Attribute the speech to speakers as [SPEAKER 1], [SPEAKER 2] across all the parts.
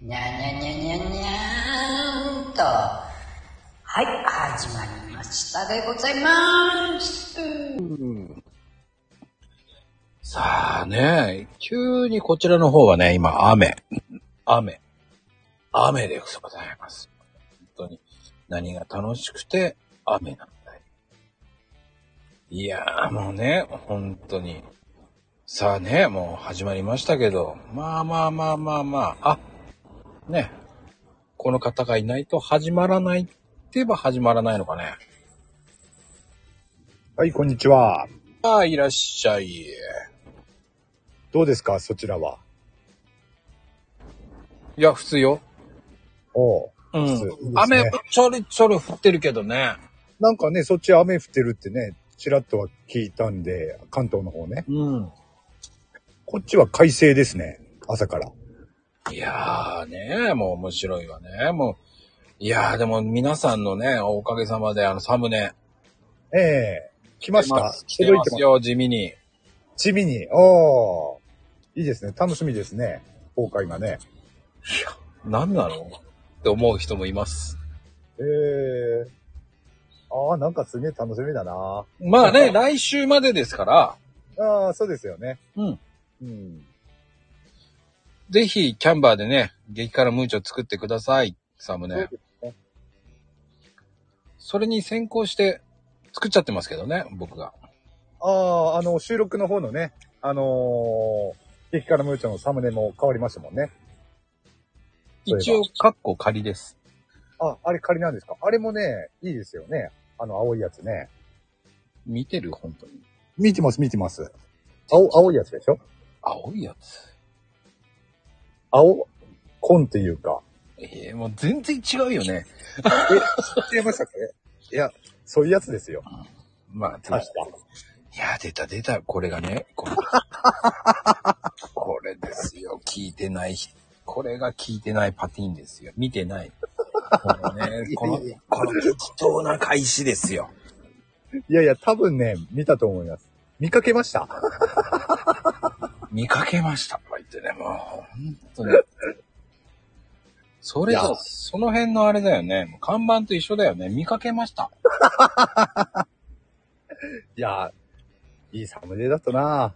[SPEAKER 1] にゃにゃにゃにゃにゃーんと、はい、始まりましたでございます。
[SPEAKER 2] さあね、急にこちらの方はね、今、雨。雨。雨でございます。本当に。何が楽しくて、雨なんだよ。いやーもうね、本当に。さあね、もう始まりましたけど、まあまあまあまあまあ、あ、ね、この方がいないと始まらないって言えば始まらないのかね。
[SPEAKER 3] はい、こんにちは。
[SPEAKER 2] ああ、いらっしゃい。
[SPEAKER 3] どうですか、そちらは。
[SPEAKER 2] いや、普通よ。
[SPEAKER 3] おう
[SPEAKER 2] うん
[SPEAKER 3] 普通いいですね
[SPEAKER 2] 雨、ちょりちょり降ってるけどね。
[SPEAKER 3] なんかね、そっち雨降ってるってね、ちらっとは聞いたんで、関東の方ね。
[SPEAKER 2] うん。
[SPEAKER 3] こっちは快晴ですね、朝から。
[SPEAKER 2] いやーね、もう面白いわね。もう、いやーでも皆さんのね、おかげさまであのサムネ。
[SPEAKER 3] ええ来ました。
[SPEAKER 2] 来てます
[SPEAKER 3] 届いて
[SPEAKER 2] よ、地味に。
[SPEAKER 3] ます地味に。おーいいですね、楽しみですね、公開がね。
[SPEAKER 2] 何なのって思う人もいます。
[SPEAKER 3] ええああ、なんかすげえ楽しみだな。
[SPEAKER 2] まあね、来週までですから、
[SPEAKER 3] ああ、そうですよね。
[SPEAKER 2] うん。
[SPEAKER 3] うん。
[SPEAKER 2] ぜひキャンバーでね、激辛ムーチョ作ってください、サム
[SPEAKER 3] そう
[SPEAKER 2] ネ
[SPEAKER 3] で。すね
[SPEAKER 2] それに先行して作っちゃってますけどね、僕が。
[SPEAKER 3] ああ、あの、収録の方のね、あのー、激辛ムーチョのサムネも変わりましたもんね。そういえば
[SPEAKER 2] 一応、カッコ仮です。
[SPEAKER 3] あ、あれ仮なんですかあれもね、いいですよね。あの、青いやつね。
[SPEAKER 2] 見てる本当に。
[SPEAKER 3] 見てます、見てます。青、青いやつでしょ
[SPEAKER 2] 青いやつ。
[SPEAKER 3] 青、コンっていうか。
[SPEAKER 2] ええもう全然違うよね。
[SPEAKER 3] え、違いましたっけいや、そういうやつですよ。
[SPEAKER 2] まあ、
[SPEAKER 3] 確
[SPEAKER 2] いや、出た出た。これがね、これこれですよ。聞いてない人。これが聞いてないパティーンですよ。見てない。このね、この、この適当な開始ですよ。
[SPEAKER 3] いやいや、多分ね、見たと思います。見かけました
[SPEAKER 2] 見かけました。とか言ってね、もう、ほんとね。それ
[SPEAKER 3] いや
[SPEAKER 2] と、その辺のあれだよね。もう看板と一緒だよね。見かけました。
[SPEAKER 3] いや、いいサムネだったな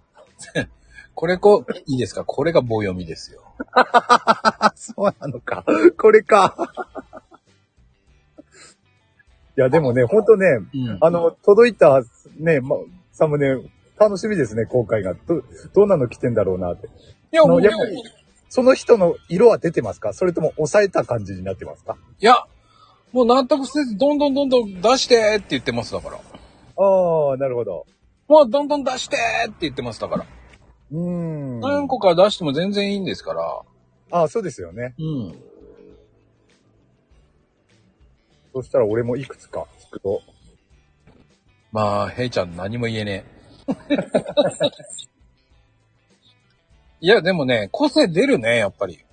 [SPEAKER 2] これこ、いいですかこれが棒読みですよ。
[SPEAKER 3] あ、そうなのか。これか。いや、でもね、ほんとね、
[SPEAKER 2] うん
[SPEAKER 3] あの、届いた、ね、ま、サムネ、楽しみですね、公開が。ど、どんなの来てんだろうなって。
[SPEAKER 2] いや、もうね
[SPEAKER 3] やっぱりその人の色は出てますかそれとも抑えた感じになってますか
[SPEAKER 2] いや、もう納得せず、どんどんどんどん出してって言ってますだから。
[SPEAKER 3] ああ、なるほど。
[SPEAKER 2] もうどんどん出してって言ってますだから。
[SPEAKER 3] うーん。
[SPEAKER 2] 何個か出しても全然いいんですから。
[SPEAKER 3] ああ、そうですよね。
[SPEAKER 2] うん。
[SPEAKER 3] そしたら俺もいくつか作ろう。
[SPEAKER 2] まあ、ヘイちゃん何も言えねえ。 いや、でもね、個性出るね、やっぱり。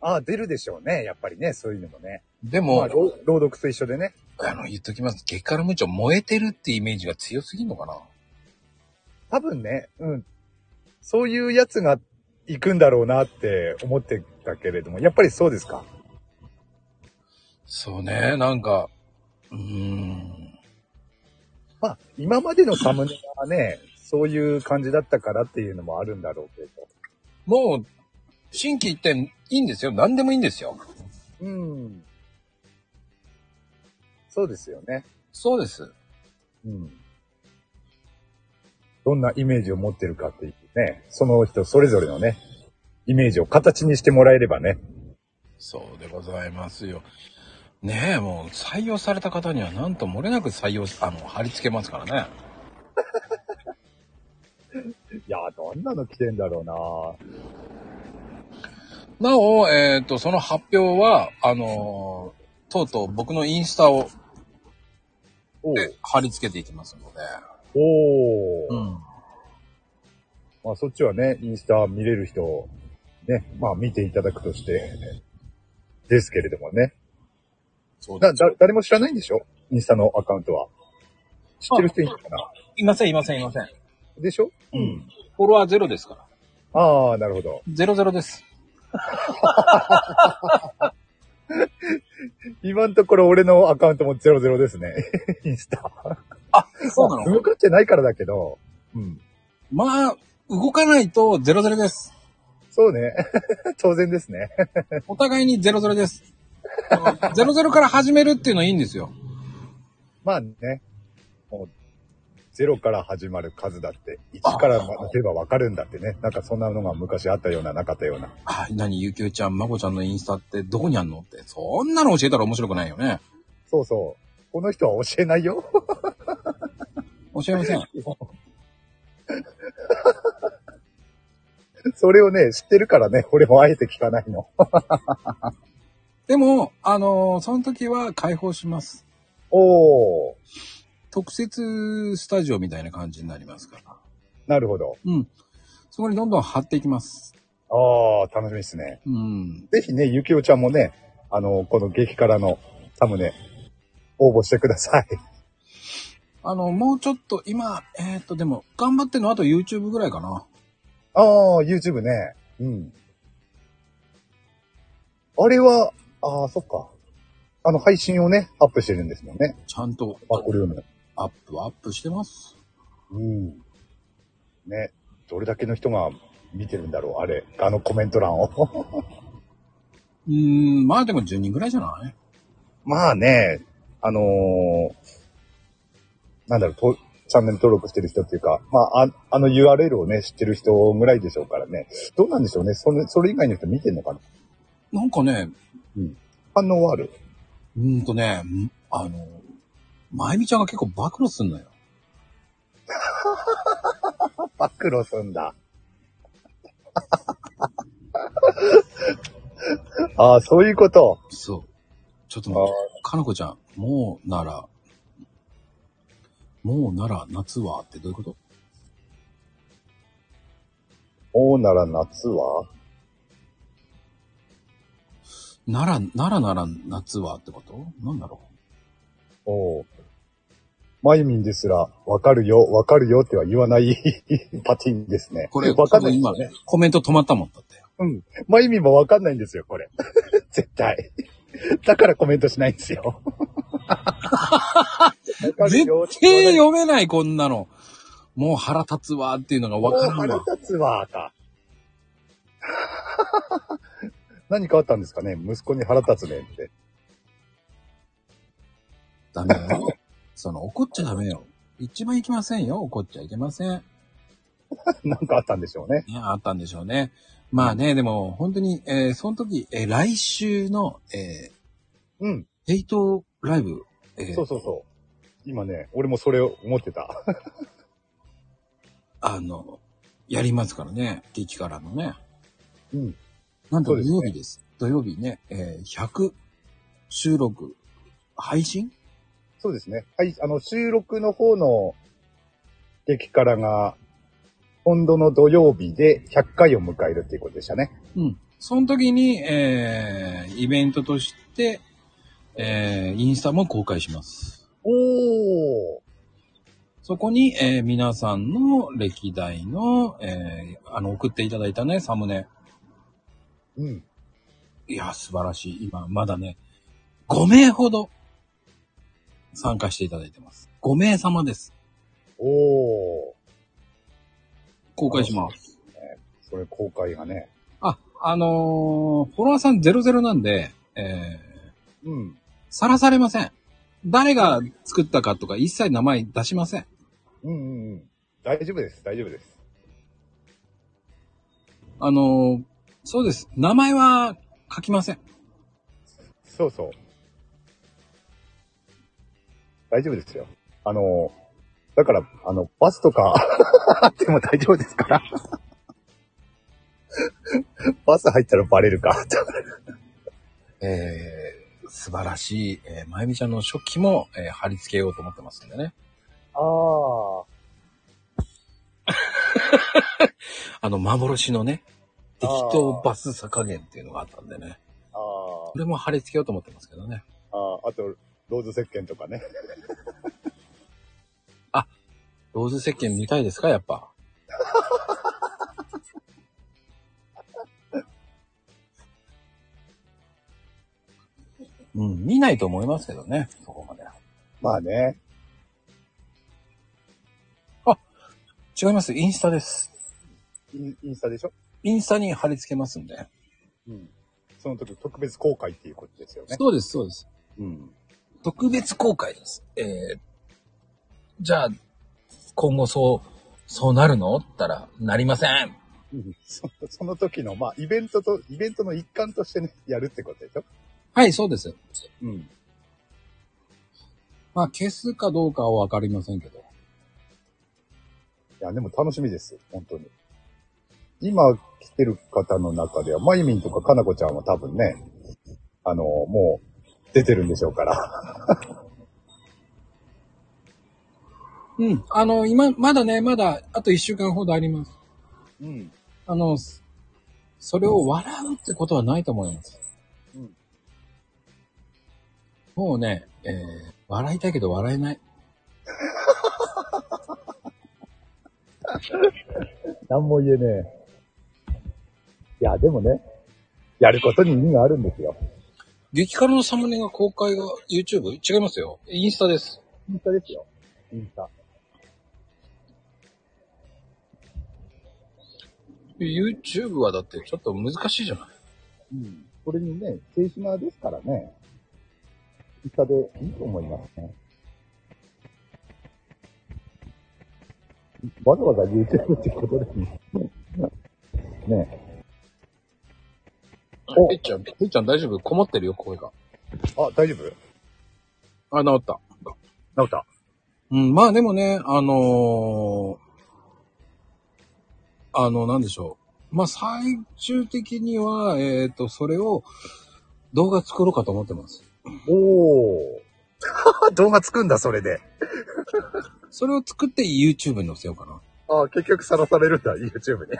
[SPEAKER 3] ああ、出るでしょうね。やっぱりね、そういうのもね。
[SPEAKER 2] で
[SPEAKER 3] まあ、
[SPEAKER 2] も、
[SPEAKER 3] 朗朗読と一緒でね。
[SPEAKER 2] あの、言っときます。激辛ムチョ燃えてるってイメージが強すぎんのかな
[SPEAKER 3] 多分ね、うん。そういうやつが行くんだろうなって思ってたけれども、やっぱりそうですか。
[SPEAKER 2] そうね、なんか、うーん。
[SPEAKER 3] まあ、今までのサムネはね、そういう感じだったからっていうのもあるんだろうけど。
[SPEAKER 2] もう、新規一点いいんですよ。何でもいいんですよ。
[SPEAKER 3] うん。そうですよね。
[SPEAKER 2] そうです。
[SPEAKER 3] うん。どんなイメージを持ってるかっていうね、その人それぞれのね、イメージを形にしてもらえればね。
[SPEAKER 2] そうでございますよ。ねえ、もう採用された方にはなんと漏れなく採用、あの、貼り付けますからね。
[SPEAKER 3] いやー、どんなの来てんだろう
[SPEAKER 2] なお、えっ、と、その発表は、あのーとうとう僕のインスタを
[SPEAKER 3] な
[SPEAKER 2] で貼り付けていきますので。
[SPEAKER 3] おおー、
[SPEAKER 2] うん。
[SPEAKER 3] まあそっちはね、インスタ見れる人、ね、まあ見ていただくとして、ですけれどもね。
[SPEAKER 2] そうで
[SPEAKER 3] だ、
[SPEAKER 2] す。
[SPEAKER 3] だ、誰も知らないんでしょインスタのアカウントは。知ってる人いるのかない
[SPEAKER 2] ません、いません、いません。
[SPEAKER 3] でしょ
[SPEAKER 2] うん。フォロワーゼロですから。
[SPEAKER 3] ああ、なるほど。
[SPEAKER 2] ゼロゼロです。
[SPEAKER 3] 今のところ俺のアカウントも00ですね。 インスタ。
[SPEAKER 2] そうなの
[SPEAKER 3] 動かってないからだけど。うん。
[SPEAKER 2] まあ、動かないとゼロゼロです。
[SPEAKER 3] そうね。 当然ですね。
[SPEAKER 2] お互いにゼロゼロです。あのゼロゼロから始めるっていうのはいいんですよ。
[SPEAKER 3] まあね。もう、ゼロから始まる数だって、1から学べばわかるんだってね。なんかそんなのが昔あったような、なかったような。
[SPEAKER 2] はい、何、ゆきおちゃん、まこちゃんのインスタってどこにあんのって、そんなの教えたら面白くないよね。
[SPEAKER 3] そうそう。この人は教えないよ。
[SPEAKER 2] 教えません。
[SPEAKER 3] それをね、知ってるからね、俺もあえて聞かないの。
[SPEAKER 2] でも、あのーその時は開放します。
[SPEAKER 3] おー。
[SPEAKER 2] 特設スタジオみたいな感じになりますから。
[SPEAKER 3] なるほど。
[SPEAKER 2] うん。そこにどんどん貼っていきます。
[SPEAKER 3] あー、楽しみですね。
[SPEAKER 2] うん。
[SPEAKER 3] ぜひね、ゆきおちゃんもね、あの、この激辛のサムネ、応募してください。
[SPEAKER 2] あの、もうちょっと、今、えーっと、でも、頑張ってんのあと YouTube ぐらいかな。
[SPEAKER 3] ああ、YouTube ね。うん。あれは、ああ、そっか。あの、配信をね、アップしてるんですもんね。
[SPEAKER 2] ちゃんと、
[SPEAKER 3] バックルーム。
[SPEAKER 2] アップはアップしてます。
[SPEAKER 3] うん。ね、どれだけの人が見てるんだろう、あれ。あのコメント欄を。
[SPEAKER 2] うーん、まあでも10人ぐらいじゃない
[SPEAKER 3] まあね、あのーなんだろうと、チャンネル登録してる人っていうか、まあ、ああの URL をね、知ってる人ぐらいでしょうからね。どうなんでしょうね。それ、それ以外の人見てんのかな
[SPEAKER 2] なんかね、
[SPEAKER 3] 反応はある。
[SPEAKER 2] うーんとね、んあの、まゆみちゃんが結構暴露すんのよ。
[SPEAKER 3] 暴露すんだ。 ああ、そういうこと。
[SPEAKER 2] そう。ちょっと
[SPEAKER 3] あ
[SPEAKER 2] 待って、かなこちゃん、もうなら、もうなら夏はってどういうこと
[SPEAKER 3] おうなら夏は
[SPEAKER 2] なら、ならなら夏はってことなんだろ
[SPEAKER 3] おう。まゆみんですら、わかるよ、わかるよっては言わない パティンですね
[SPEAKER 2] う。。これ、
[SPEAKER 3] わかんない
[SPEAKER 2] 今、コメント止まったもんだって。
[SPEAKER 3] うん。まゆみんもわかんないんですよ、これ。 絶対。だからコメントしないんで すよ。わかる
[SPEAKER 2] 絶
[SPEAKER 3] よ
[SPEAKER 2] 対読めない、こんなの。もう腹立つわっていうのがわ
[SPEAKER 3] お
[SPEAKER 2] からん
[SPEAKER 3] 腹
[SPEAKER 2] わ。
[SPEAKER 3] 立つわーか。 何かあったんですかね息子に腹立つねって。
[SPEAKER 2] ダメよ。その、怒っちゃダメよ。一番いけませんよ。怒っちゃいけません。
[SPEAKER 3] 何かあったんでしょうね。
[SPEAKER 2] ね、あったんでしょうね。まあね、でも、本当に、えーその時、えー来週の、え
[SPEAKER 3] うん。
[SPEAKER 2] ーヘイトライブ、えー
[SPEAKER 3] そうそうそう。今ね、俺もそれを思ってた。
[SPEAKER 2] あの、やりますからね、激辛のね。
[SPEAKER 3] うん。
[SPEAKER 2] なん
[SPEAKER 3] そ
[SPEAKER 2] と
[SPEAKER 3] う
[SPEAKER 2] 土曜日
[SPEAKER 3] ですね
[SPEAKER 2] です。土曜日ね、えー100収録、配信
[SPEAKER 3] そうですね。はい、あの、収録の方の激辛が、今度の土曜日で100回を迎えるっていうことでしたね。
[SPEAKER 2] うん。その時に、えーイベントとして、えーインスタも公開します。
[SPEAKER 3] おー
[SPEAKER 2] そこに、えー皆さんの歴代の、えーあの、送っていただいたね、サムネ。
[SPEAKER 3] うん。
[SPEAKER 2] いや、素晴らしい。今、まだね、5名ほど参加していただいてます。5名様です。
[SPEAKER 3] おー
[SPEAKER 2] 公開します。
[SPEAKER 3] それ公開がね。
[SPEAKER 2] あ、あのーフォロワーさん00なんで、えー、
[SPEAKER 3] うん。
[SPEAKER 2] さらされません。誰が作ったかとか一切名前出しません。
[SPEAKER 3] うんうんうん。大丈夫です、大丈夫です。
[SPEAKER 2] あのーそうです。名前は書きません。
[SPEAKER 3] そうそう。大丈夫ですよ。あの、だから、あの、バスとか あっても大丈夫ですから。 バス入ったらバレるか。
[SPEAKER 2] えー、素晴らしい、えー、まゆみちゃんの初期も、えー貼り付けようと思ってますんでね。
[SPEAKER 3] ああ。
[SPEAKER 2] あの、幻のね、
[SPEAKER 3] あー
[SPEAKER 2] 適当バスさ加減っていうのがあったんでね。
[SPEAKER 3] ああ
[SPEAKER 2] こ。れも貼り付けようと思ってますけどね。
[SPEAKER 3] ああと、ローズ石鹸とかね。
[SPEAKER 2] ローズ石鹸見たいですかやっぱ。うん、見ないと思いますけどね、そこまで。
[SPEAKER 3] まあね。
[SPEAKER 2] 違います、インスタです。
[SPEAKER 3] インインスタでしょ
[SPEAKER 2] インスタに貼り付けますんで。
[SPEAKER 3] うん。その時特別公開っていうことですよね。
[SPEAKER 2] そうです、そうです。
[SPEAKER 3] うん。
[SPEAKER 2] 特別公開です。えー、じゃあ、今後そう、そうなるのったら、なりません。
[SPEAKER 3] うんそその時の、まあ、イベントと、イベントの一環としてね、やるってことでしょ
[SPEAKER 2] はい、そうです。
[SPEAKER 3] うん。
[SPEAKER 2] まあ、消すかどうかはわかりませんけど。
[SPEAKER 3] いや、でも楽しみです。本当に。今来てる方の中では、まゆみんとかかなこちゃんは多分ね、あの、もう出てるんでしょうから。
[SPEAKER 2] うん。あの、今、まだね、まだ、あと一週間ほどあります。
[SPEAKER 3] うん。
[SPEAKER 2] あの、そそれを笑うってことはないと思います。
[SPEAKER 3] うん
[SPEAKER 2] もうね、えー、笑いたいけど笑えない。
[SPEAKER 3] なんも言えねえ。いや、でもね、やることに意味があるんですよ。
[SPEAKER 2] 激辛のサムネが公開が YouTube? 違いますよ。インスタです。
[SPEAKER 3] インスタですよ。インスタ。
[SPEAKER 2] YouTube はだってちょっと難しいじゃない
[SPEAKER 3] うん。これにね、静止なですからね、インスタでいいと思いますね。わざわざ YouTube ってことですね。 ねお
[SPEAKER 2] えっちゃん、えっちゃん大丈夫こもってるよ、声が。
[SPEAKER 3] あ、大丈夫治
[SPEAKER 2] あ、治った。
[SPEAKER 3] った。
[SPEAKER 2] うん、まあでもね、あのーあの、なんでしょう。まあ最終的には、えっ、と、それを動画作ろうかと思ってます。
[SPEAKER 3] おー。 動画作るんだ、それで。
[SPEAKER 2] それを作って YouTube に載せようかな。
[SPEAKER 3] あ結局さらされるんだ、YouTube ね。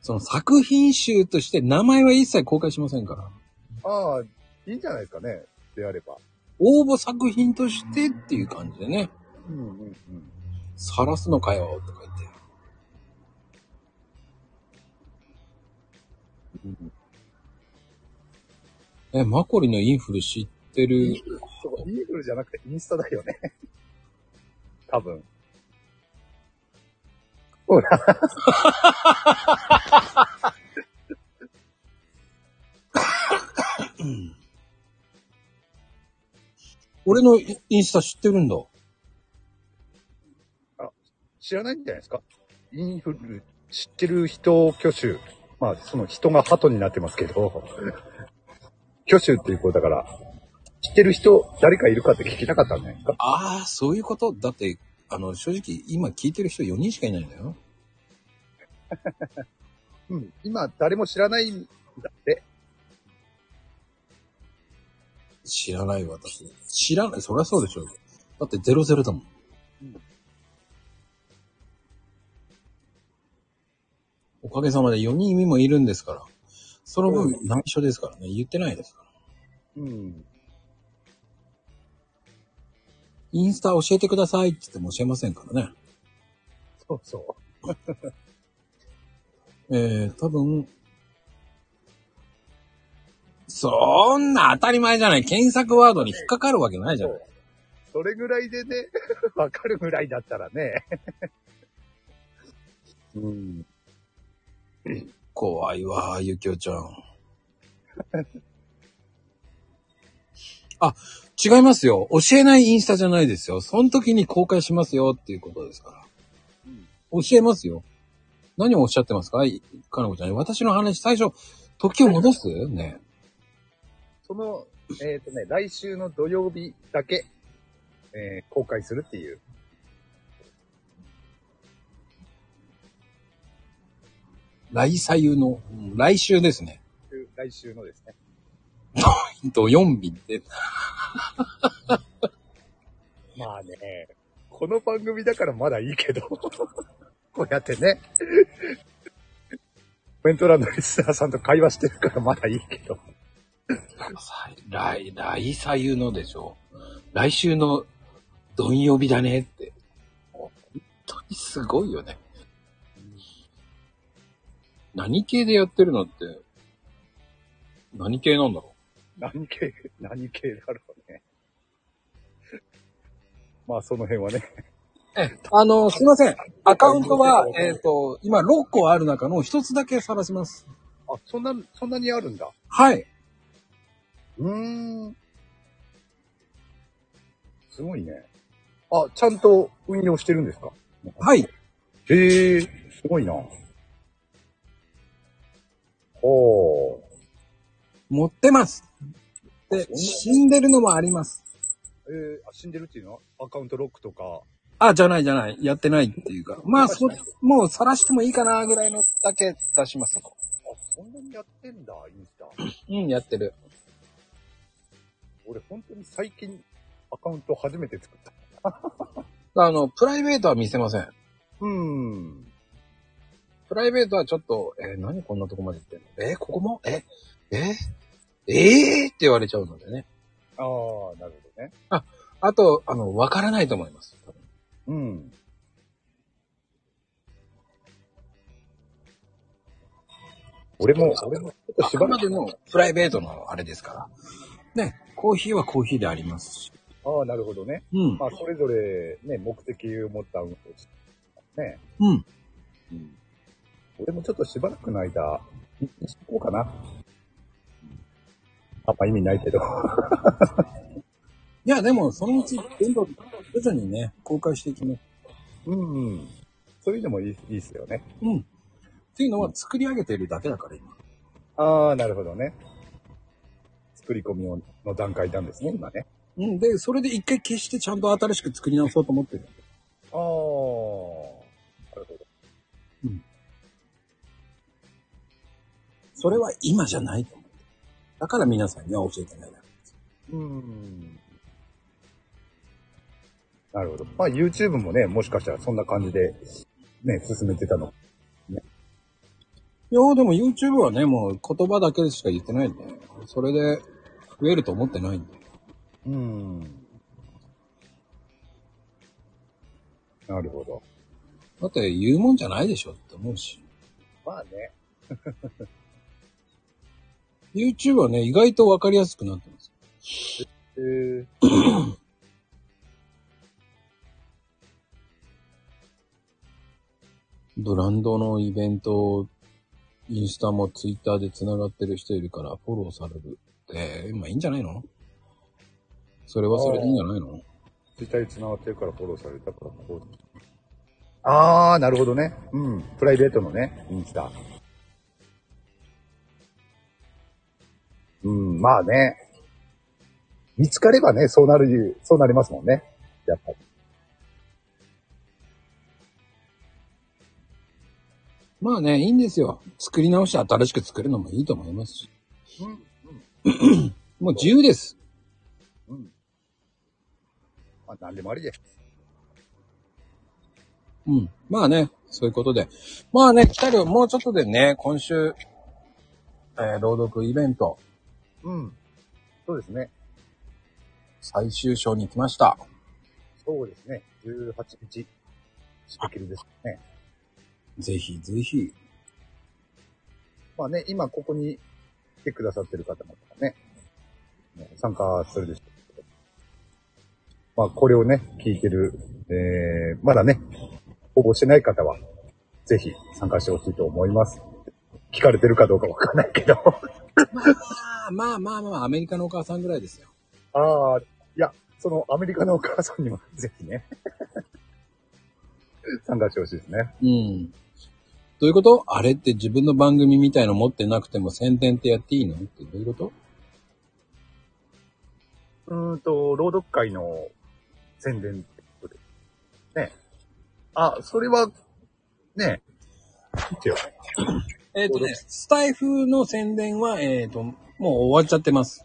[SPEAKER 2] その作品集として名前は一切公開しませんから。
[SPEAKER 3] ああ、いいんじゃないですかね。であれば。
[SPEAKER 2] 応募作品としてっていう感じでね、
[SPEAKER 3] うんうんうん。
[SPEAKER 2] さらすのかよ、とか言って。え、マコリのインフル知ってる
[SPEAKER 3] そう、イーグルじゃなくてインスタだよね。多分。ほら。
[SPEAKER 2] 俺のイインスタ知ってるんだ。
[SPEAKER 3] 知らないんじゃないですかインフル知ってる人挙手。まあ、その人が鳩になってますけど、 挙手っていうことだから、知ってる人誰かいるかって聞きたかったんじゃないですか
[SPEAKER 2] ああ、そういうことだって、あの、正直、今聞いてる人4人しかいないんだよ。
[SPEAKER 3] うん。今、誰も知らないんだって。
[SPEAKER 2] 知らないわ、私。知らない、そりゃそうでしょう。だって00だもん。
[SPEAKER 3] うん
[SPEAKER 2] おかげさまで4人今いるんですから。その分、内緒ですからね。言ってないですから。
[SPEAKER 3] うん。
[SPEAKER 2] インスタ教えてくださいって言っても教えませんからね。
[SPEAKER 3] そうそ
[SPEAKER 2] えー、多分、そんな当たり前じゃない。検索ワードに引っかかるわけないじゃない。
[SPEAKER 3] う。それぐらいでね、 わかるぐらいだったらね。 うん。
[SPEAKER 2] 怖いわ、ゆきおちゃん。あ、違いますよ。教えないインスタじゃないですよ。その時に公開しますよっていうことですから。教えますよ。何をおっしゃってますかいかなこちゃん。私の話、最初、時を戻すね。
[SPEAKER 3] その、えっ、とね、来週の土曜日だけ、えー公開するっていう。
[SPEAKER 2] 来左右の、来週ですね。
[SPEAKER 3] 来週のですね。
[SPEAKER 2] 土曜日で。
[SPEAKER 3] まあね、この番組だからまだいいけど、 こうやってね、コメント欄のリスナーさんと会話してるからまだいいけど。
[SPEAKER 2] 来、来左右のでしょ。来週の土曜日だねって。もう本当にすごいよね。何系でやってるのって、何系なんだろ
[SPEAKER 3] 何系、何系だろうね。まあ、その辺はね。
[SPEAKER 2] う。え、あの、すいません。アカウントは、えっ、と、今6個ある中の1つだけ探します。
[SPEAKER 3] あ、そんな、そんなにあるんだ。
[SPEAKER 2] はい。
[SPEAKER 3] うーん。すごいね。あ、ちゃんと運用してるんですか
[SPEAKER 2] はい。
[SPEAKER 3] へえ、すごいな。ほ
[SPEAKER 2] 持ってます。で、死んでるのもあります。
[SPEAKER 3] う。えー、あ死んでるっていうのはアカウントロックとか。
[SPEAKER 2] あ、じゃないじゃない。やってないっていうか。まあ、そ、もう晒してもいいかなぐらいのだけ出します。
[SPEAKER 3] あ、そんなにやってんだ、インスタ。
[SPEAKER 2] うん、やってる。
[SPEAKER 3] 俺、本当に最近、アカウント初めて作った。
[SPEAKER 2] あの、プライベートは見せません。
[SPEAKER 3] うーん。
[SPEAKER 2] プライベートはちょっと、えー何こんなとこまで行ってんのえーここもええええーって言われちゃうのでね。
[SPEAKER 3] ああ、なるほどね。
[SPEAKER 2] あと、あの、わからないと思います。多分
[SPEAKER 3] うん。俺も、俺も、ちょっと
[SPEAKER 2] あ
[SPEAKER 3] し
[SPEAKER 2] く
[SPEAKER 3] ばら
[SPEAKER 2] ま
[SPEAKER 3] く
[SPEAKER 2] でもプライベートのあれですから。ね、コーヒーはコーヒーでありますし。
[SPEAKER 3] ああ、なるほどね。
[SPEAKER 2] うん
[SPEAKER 3] ま。あ、それぞれ、ね、目的を持った運動ですね。
[SPEAKER 2] うん。
[SPEAKER 3] うん。俺もちょっとしばらくの間、一日しこうかな。あんま意味ないけど。
[SPEAKER 2] いや、でも、そのうち、どんどん、徐々にね、公開していきます。
[SPEAKER 3] うん、うん。そういうのもいいいいっすよね。
[SPEAKER 2] うん。っていうのは作り上げてるだけだから、今。
[SPEAKER 3] ああ、なるほどね。作り込みのの段階なんですね、今ね。
[SPEAKER 2] うん。で、それで一回消してちゃんと新しく作り直そうと思ってる。
[SPEAKER 3] ああ、なるほど。
[SPEAKER 2] それは今じゃないと思う。だから皆さんには教えてないな。
[SPEAKER 3] うん。なるほど。まあ YouTube もね、もしかしたらそんな感じで、ね、進めてたの。
[SPEAKER 2] いや、でも YouTube はね、もう言葉だけしか言ってないんで、それで増えると思ってないんで。
[SPEAKER 3] うん。なるほど。
[SPEAKER 2] だって言うもんじゃないでしょって思うし。
[SPEAKER 3] まあね。
[SPEAKER 2] YouTube はね、意外とわかりやすくなってます。
[SPEAKER 3] えー、
[SPEAKER 2] ブランドのイベント、インスタも Twitter で繋がってる人いるからフォローされるって、まあいいんじゃないのそれはそれでいいんじゃないの
[SPEAKER 3] 実際繋がってるからフォローされたからこう。ああ、なるほどね。うん。プライベートのね、インスタ。うん、まあね。見つかればね、そうなる、そうなりますもんね。やっぱり。
[SPEAKER 2] まあね、いいんですよ。作り直して新しく作るのもいいと思いますし。
[SPEAKER 3] うん、
[SPEAKER 2] もう自由です。
[SPEAKER 3] うん、うん。まあ、なんでもありで。
[SPEAKER 2] うん。まあね、そういうことで。まあね、来たる、もうちょっとでね、今週、えー朗読イベント、
[SPEAKER 3] うん。そうですね。
[SPEAKER 2] 最終章に来ました。
[SPEAKER 3] そうですね。18日、締め切りですね。
[SPEAKER 2] ぜひぜひ。
[SPEAKER 3] まあね、今ここに来てくださってる方もね、もう参加するでしょうけど。まあこれをね、聞いてる、えー、まだね、応募してない方は、ぜひ参加してほしいと思います。聞かれてるかどうかわかんないけど。
[SPEAKER 2] まあまあまあまあ、アメリカのお母さんぐらいですよ。
[SPEAKER 3] ああ、いや、そのアメリカのお母さんにもぜひね、 参加してほしいですね。
[SPEAKER 2] うん。どういうことあれって自分の番組みたいの持ってなくても宣伝ってやっていいのってどういうこと
[SPEAKER 3] うーんと、朗読会の宣伝ってことで。ね。あ、それは、ね。いいよ
[SPEAKER 2] えっ、とね、スタイフの宣伝は、えっ、と、もう終わっちゃってます。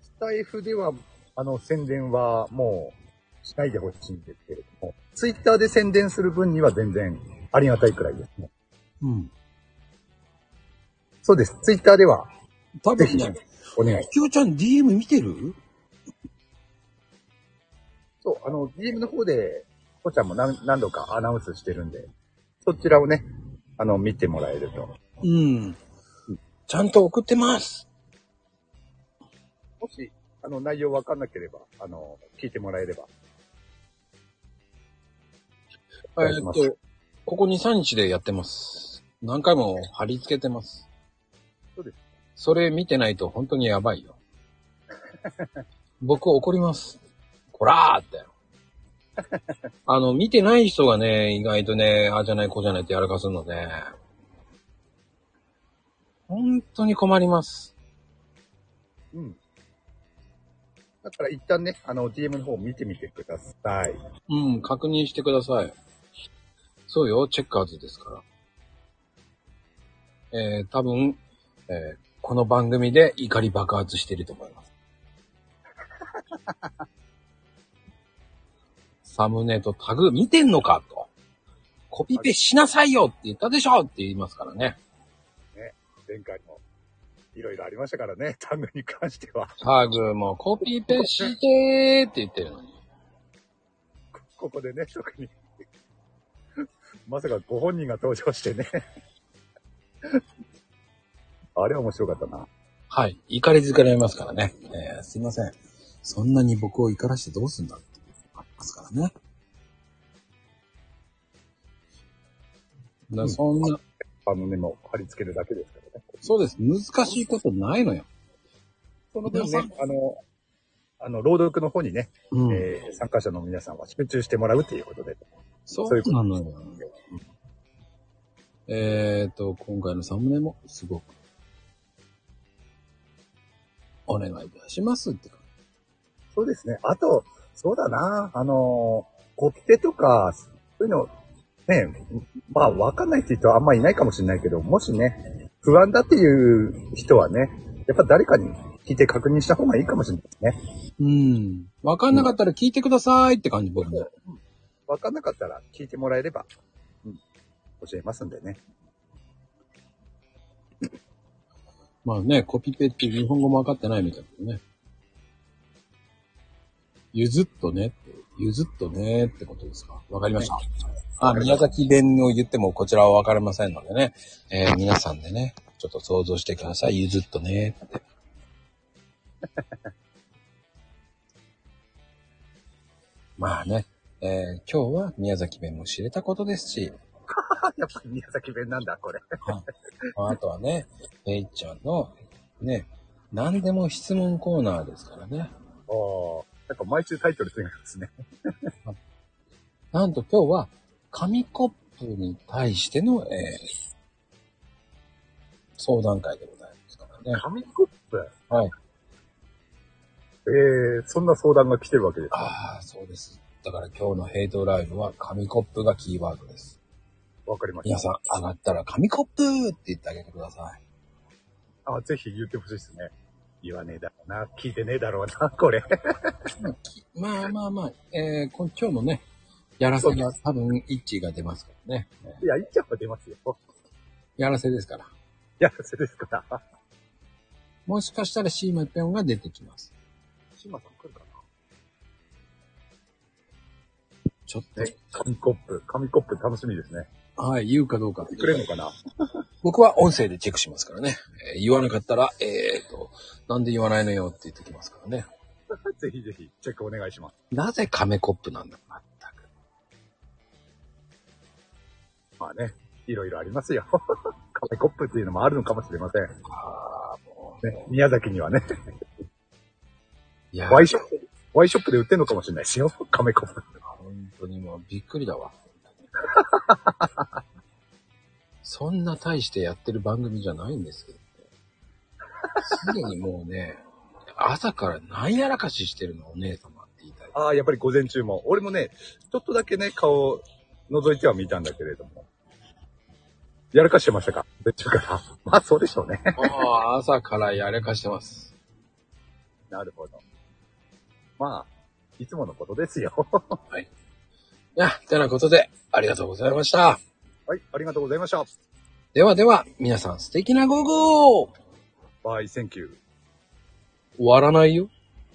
[SPEAKER 3] スタイフでは、あの、宣伝はもうしないでほしいんですけれども、ツイッターで宣伝する分には全然ありがたいくらいですね。
[SPEAKER 2] うん。
[SPEAKER 3] そうです。ツイッターでは
[SPEAKER 2] 多
[SPEAKER 3] ぜ
[SPEAKER 2] 分
[SPEAKER 3] ひ
[SPEAKER 2] ね、
[SPEAKER 3] お願い。
[SPEAKER 2] きよちゃん DM 見てる
[SPEAKER 3] そう、あの、DM の方で、こちゃんも何何度かアナウンスしてるんで、そちらをね、あの、見てもらえると。
[SPEAKER 2] うん。ちゃんと送ってます。
[SPEAKER 3] もし、あの、内容わかんなければ、あの、聞いてもらえれば。お願いします
[SPEAKER 2] えーっと、ここ2、3日でやってます。何回も貼り付けてます。
[SPEAKER 3] そうです。
[SPEAKER 2] それ見てないと本当にやばいよ。 僕怒ります。こらーって。 あの、見てない人がね、意外とね、ああじゃない、こうじゃないってやらかすので、本当に困ります。
[SPEAKER 3] うん。だから一旦ね、あの、DM の方を見てみてください。
[SPEAKER 2] うん、確認してください。そうよ、チェッカーズですから。えー、多分、えーこの番組で怒り爆発してると思います。 サムネとタグ見てんのかと。コピペしなさいよって言ったでしょって言いますからね。
[SPEAKER 3] 前回も、いろいろありましたからね、 タグに関しては。
[SPEAKER 2] タグもコピペしてーって言ってるのに。
[SPEAKER 3] こここでね、特に。 まさかご本人が登場してね。 あれは面白かったな。
[SPEAKER 2] はい。怒り疲れますからね。えーすいません。そんなに僕を怒らしてどうすんだっていうのがありますからね。だから
[SPEAKER 3] うん
[SPEAKER 2] そんな、
[SPEAKER 3] あのね、もう貼り付けるだけですからね。
[SPEAKER 2] そうです。難しいことないのよ。
[SPEAKER 3] その分
[SPEAKER 2] 皆さ
[SPEAKER 3] ね、あの、あの、朗読の方にね、
[SPEAKER 2] うん。
[SPEAKER 3] えー参加者の皆さんは集中してもらうということで。
[SPEAKER 2] そうなのよ。えっ、ー、と、今回のサムネもすごく、お願いいたしますって感
[SPEAKER 3] そうですね。あと、そうだな、あの、コピペとか、そういうの、ね、まあ、わかんないって人はあんまいないかもしれないけど、もしね、不安だっていう人はね、やっぱ誰かに聞いて確認した方がいいかもしれないですね。
[SPEAKER 2] じ。うん。わかんなかったら聞いてくださいって感じ、僕も。
[SPEAKER 3] わかんなかったら聞いてもらえれば、うん、教えますんでね。
[SPEAKER 2] まあね、コピペって日本語も分かってないみたいだね。ゆずっとねって、ゆずっとねってことですか。わかりました。あ、宮崎弁を言ってもこちらはわかりませんのでね。えー皆さんでね、ちょっと想像してください。ゆずっとね って。まあね、えー今日は宮崎弁も知れたことですし、
[SPEAKER 3] あ、やっぱり宮崎弁なんだ、これ。
[SPEAKER 2] あとはね、えいちゃんの、ね、何でも質問コーナーですからね。
[SPEAKER 3] おなんか毎週タイトル違いますね。
[SPEAKER 2] なんと今日は、紙コップに対しての、えー相談会でございますからね。
[SPEAKER 3] 紙コップ。
[SPEAKER 2] はい。
[SPEAKER 3] えー、そんな相談が来てるわけです。
[SPEAKER 2] ああ、そうです。だから今日のヘイトライブは紙コップがキーワードです。
[SPEAKER 3] わかりまし
[SPEAKER 2] 皆
[SPEAKER 3] た。
[SPEAKER 2] さん上がったら紙コップって言ってあげてください。
[SPEAKER 3] あ、ぜひ言ってほしいですね。言わねえだろうな。聞いてねえだろうな、これ。
[SPEAKER 2] まあまあまあ、えー、こん今日のね、やらせが多分イッチーが出ますからね。えー
[SPEAKER 3] いや、いっちゃんは出ますよ。
[SPEAKER 2] やらせですから。
[SPEAKER 3] いや、それですから。
[SPEAKER 2] もしかしたらシーマピョンが出てきます。
[SPEAKER 3] 島さん来るかな
[SPEAKER 2] ちょっと、
[SPEAKER 3] ね、紙コップ。紙コップ楽しみですね。
[SPEAKER 2] はい、言うかどうか。
[SPEAKER 3] くれるのかな
[SPEAKER 2] 僕は音声でチェックしますからね。えー言わなかったら、えーと、なんで言わないのよって言ってきますからね。
[SPEAKER 3] ぜひぜひ、チェックお願いします。
[SPEAKER 2] なぜ亀コップなんだまったく。
[SPEAKER 3] まあね、いろいろありますよ。 紙コップっていうのもあるのかもしれません。
[SPEAKER 2] あーもう。
[SPEAKER 3] ね、宮崎にはね、
[SPEAKER 2] いや、
[SPEAKER 3] ワイショップ、ワイショップで売ってんのかもしれないですよ。紙コップ。
[SPEAKER 2] 本当にもうびっくりだわ。 そんな大してやってる番組じゃないんですけどね。すでにもうね、朝から何やらかししてるのお姉様って言いたい。
[SPEAKER 3] ああ、やっぱり午前中も。俺もね、ちょっとだけね、顔を覗いては見たんだけれども。やらかしてましたか午前中から。 まあ、そうでしょう ね。
[SPEAKER 2] もう朝からやらかしてます。
[SPEAKER 3] なるほど。まあ、いつものことですよ。
[SPEAKER 2] いや、てなことで、ありがとうございました。
[SPEAKER 3] はい、ありがとうございました。
[SPEAKER 2] ではでは、皆さん素敵な午後を
[SPEAKER 3] バイ、センキュー。
[SPEAKER 2] 終わらないよ。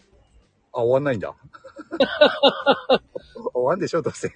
[SPEAKER 3] あ、終わんないんだ。終わんでしょ、どうせ。